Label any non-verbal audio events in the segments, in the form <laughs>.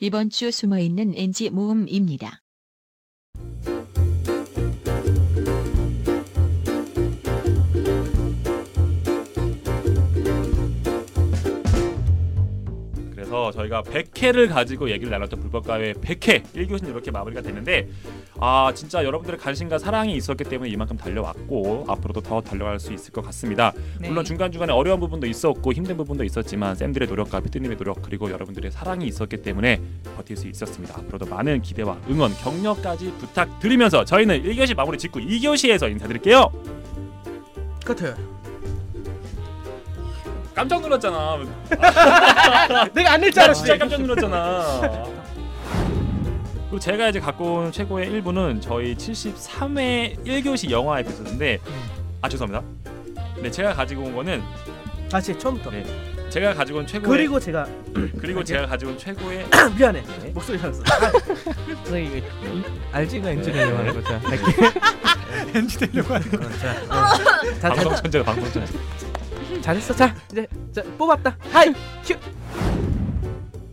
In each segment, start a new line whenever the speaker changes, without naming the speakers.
이번 주 숨어있는 NG 모음입니다.
그래서 저희가 100회를 가지고 얘기를 나눴던 불법가요의 100회 1교시 이렇게 마무리가 되는데 아 진짜 여러분들의 관심과 사랑이 있었기 때문에 이만큼 달려왔고 앞으로도 더 달려갈 수 있을 것 같습니다.
네.
물론 중간중간에 어려운 부분도 있었고 힘든 부분도 있었지만 쌤들의 노력과 피디님의 노력 그리고 여러분들의 사랑이 있었기 때문에 버틸 수 있었습니다. 앞으로도 많은 기대와 응원, 격려까지 부탁드리면서 저희는 1교시 마무리 짓고 2교시에서 인사드릴게요.
커트.
깜짝 놀랐잖아.
아, 내가 안 낼 줄
진짜
알았지.
진짜 깜짝 놀랐잖아. 그리고 제가 이제 갖고 온 최고의 1부는 저희 73회 1교시 영화 에피소드인데 아 죄송합니다. 네 제가 가지고 온 거는
다시 처음부터.
네. 제가 가지고 온 최고의
그리고 제가 아,
그리고 제가 가지고 온
<laughs>
최고의
미안해 네. 목소리 <laughs> 잘랐어.
네.
네.
알지가 엔지니어 영화인 거죠.
자,
방송 천재가 방송 천재.
잘했어. 자 이제 자, 뽑았다. 하이.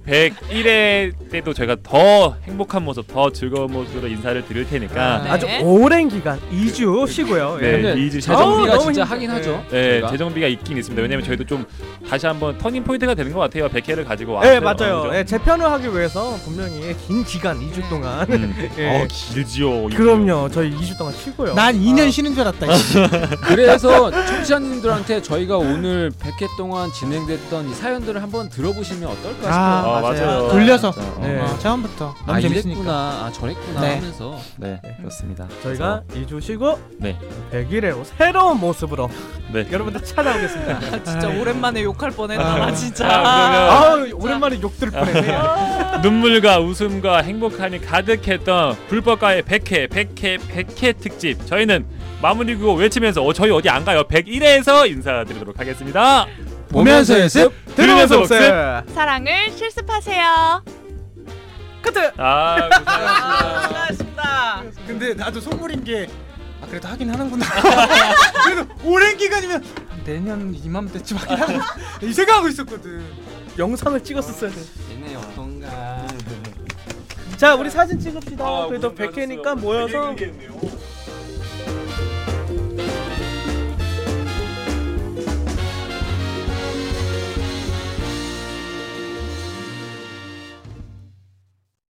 101회 때도 제가 더 행복한 모습, 더 즐거운 모습으로 인사를 드릴 테니까
아주 네. 오랜 기간 2주 쉬고요. 예.
네,
근데
이즈
어우,
재정비가
재정비가
너무
진짜
힘들-
하긴 하죠.
네,
저희가.
재정비가 있긴 있습니다. 왜냐면 저희도 좀 다시 한번 터닝 포인트가 되는 것 같아요. 100회를 가지고 와서.
예, 맞아요.
어,
예, 재편을 하기 위해서 분명히 긴 기간 2주 동안
음.
<laughs> 예.
어, 길지요. 이거.
그럼요. 저희 2주 동안 쉬고요.
난 2년
아.
쉬는 줄 알았다. 씨.
그래서 청취자님들한테 저희가 오늘 100회 동안 진행됐던 이 사연들을 한번 들어보시면 어떨까 싶어요.
아,
아, 맞아요.
돌려서.
진짜, 어.
네.
어, 처음부터 너무
아
재밌으니까.
이랬구나, 아 저랬구나
네.
하면서
네, 그렇습니다.
저희가 2주 쉬고
네.
100일에 새로운 모습으로
네.
여러분들 찾아오겠습니다.
진짜 오랜만에 욕할 뻔했다.
아,
진짜.
자,
아, 오랜만에 욕 들을 뻔했네요.
그러면 눈물과 웃음과 행복함이 가득했던 불법가의 100회, 100회, 100회 특집. 저희는 마무리 구호 외치면서 어, 저희 어디 안 가요. 101회에서 인사드리도록 하겠습니다.
보면서 연습.
들으면서
들으면서
복습.
사랑을 실습하세요.
커트.
아,
<laughs>
고생하셨습니다.
고맙습니다.
근데 나도 속물인 게 아, 그래도 하긴 하는구나. <laughs> 그래도 오랜 기간이면 내년 이맘때쯤 하긴 하는 이 생각하고 있었거든. 아,
영상을 찍었었어야 돼.
얘네 어떤가.
자, 우리 사진 찍읍시다. 그래도
무슨
100회니까
아, 말씀하셨어요?
모여서
되게 얘기했네요.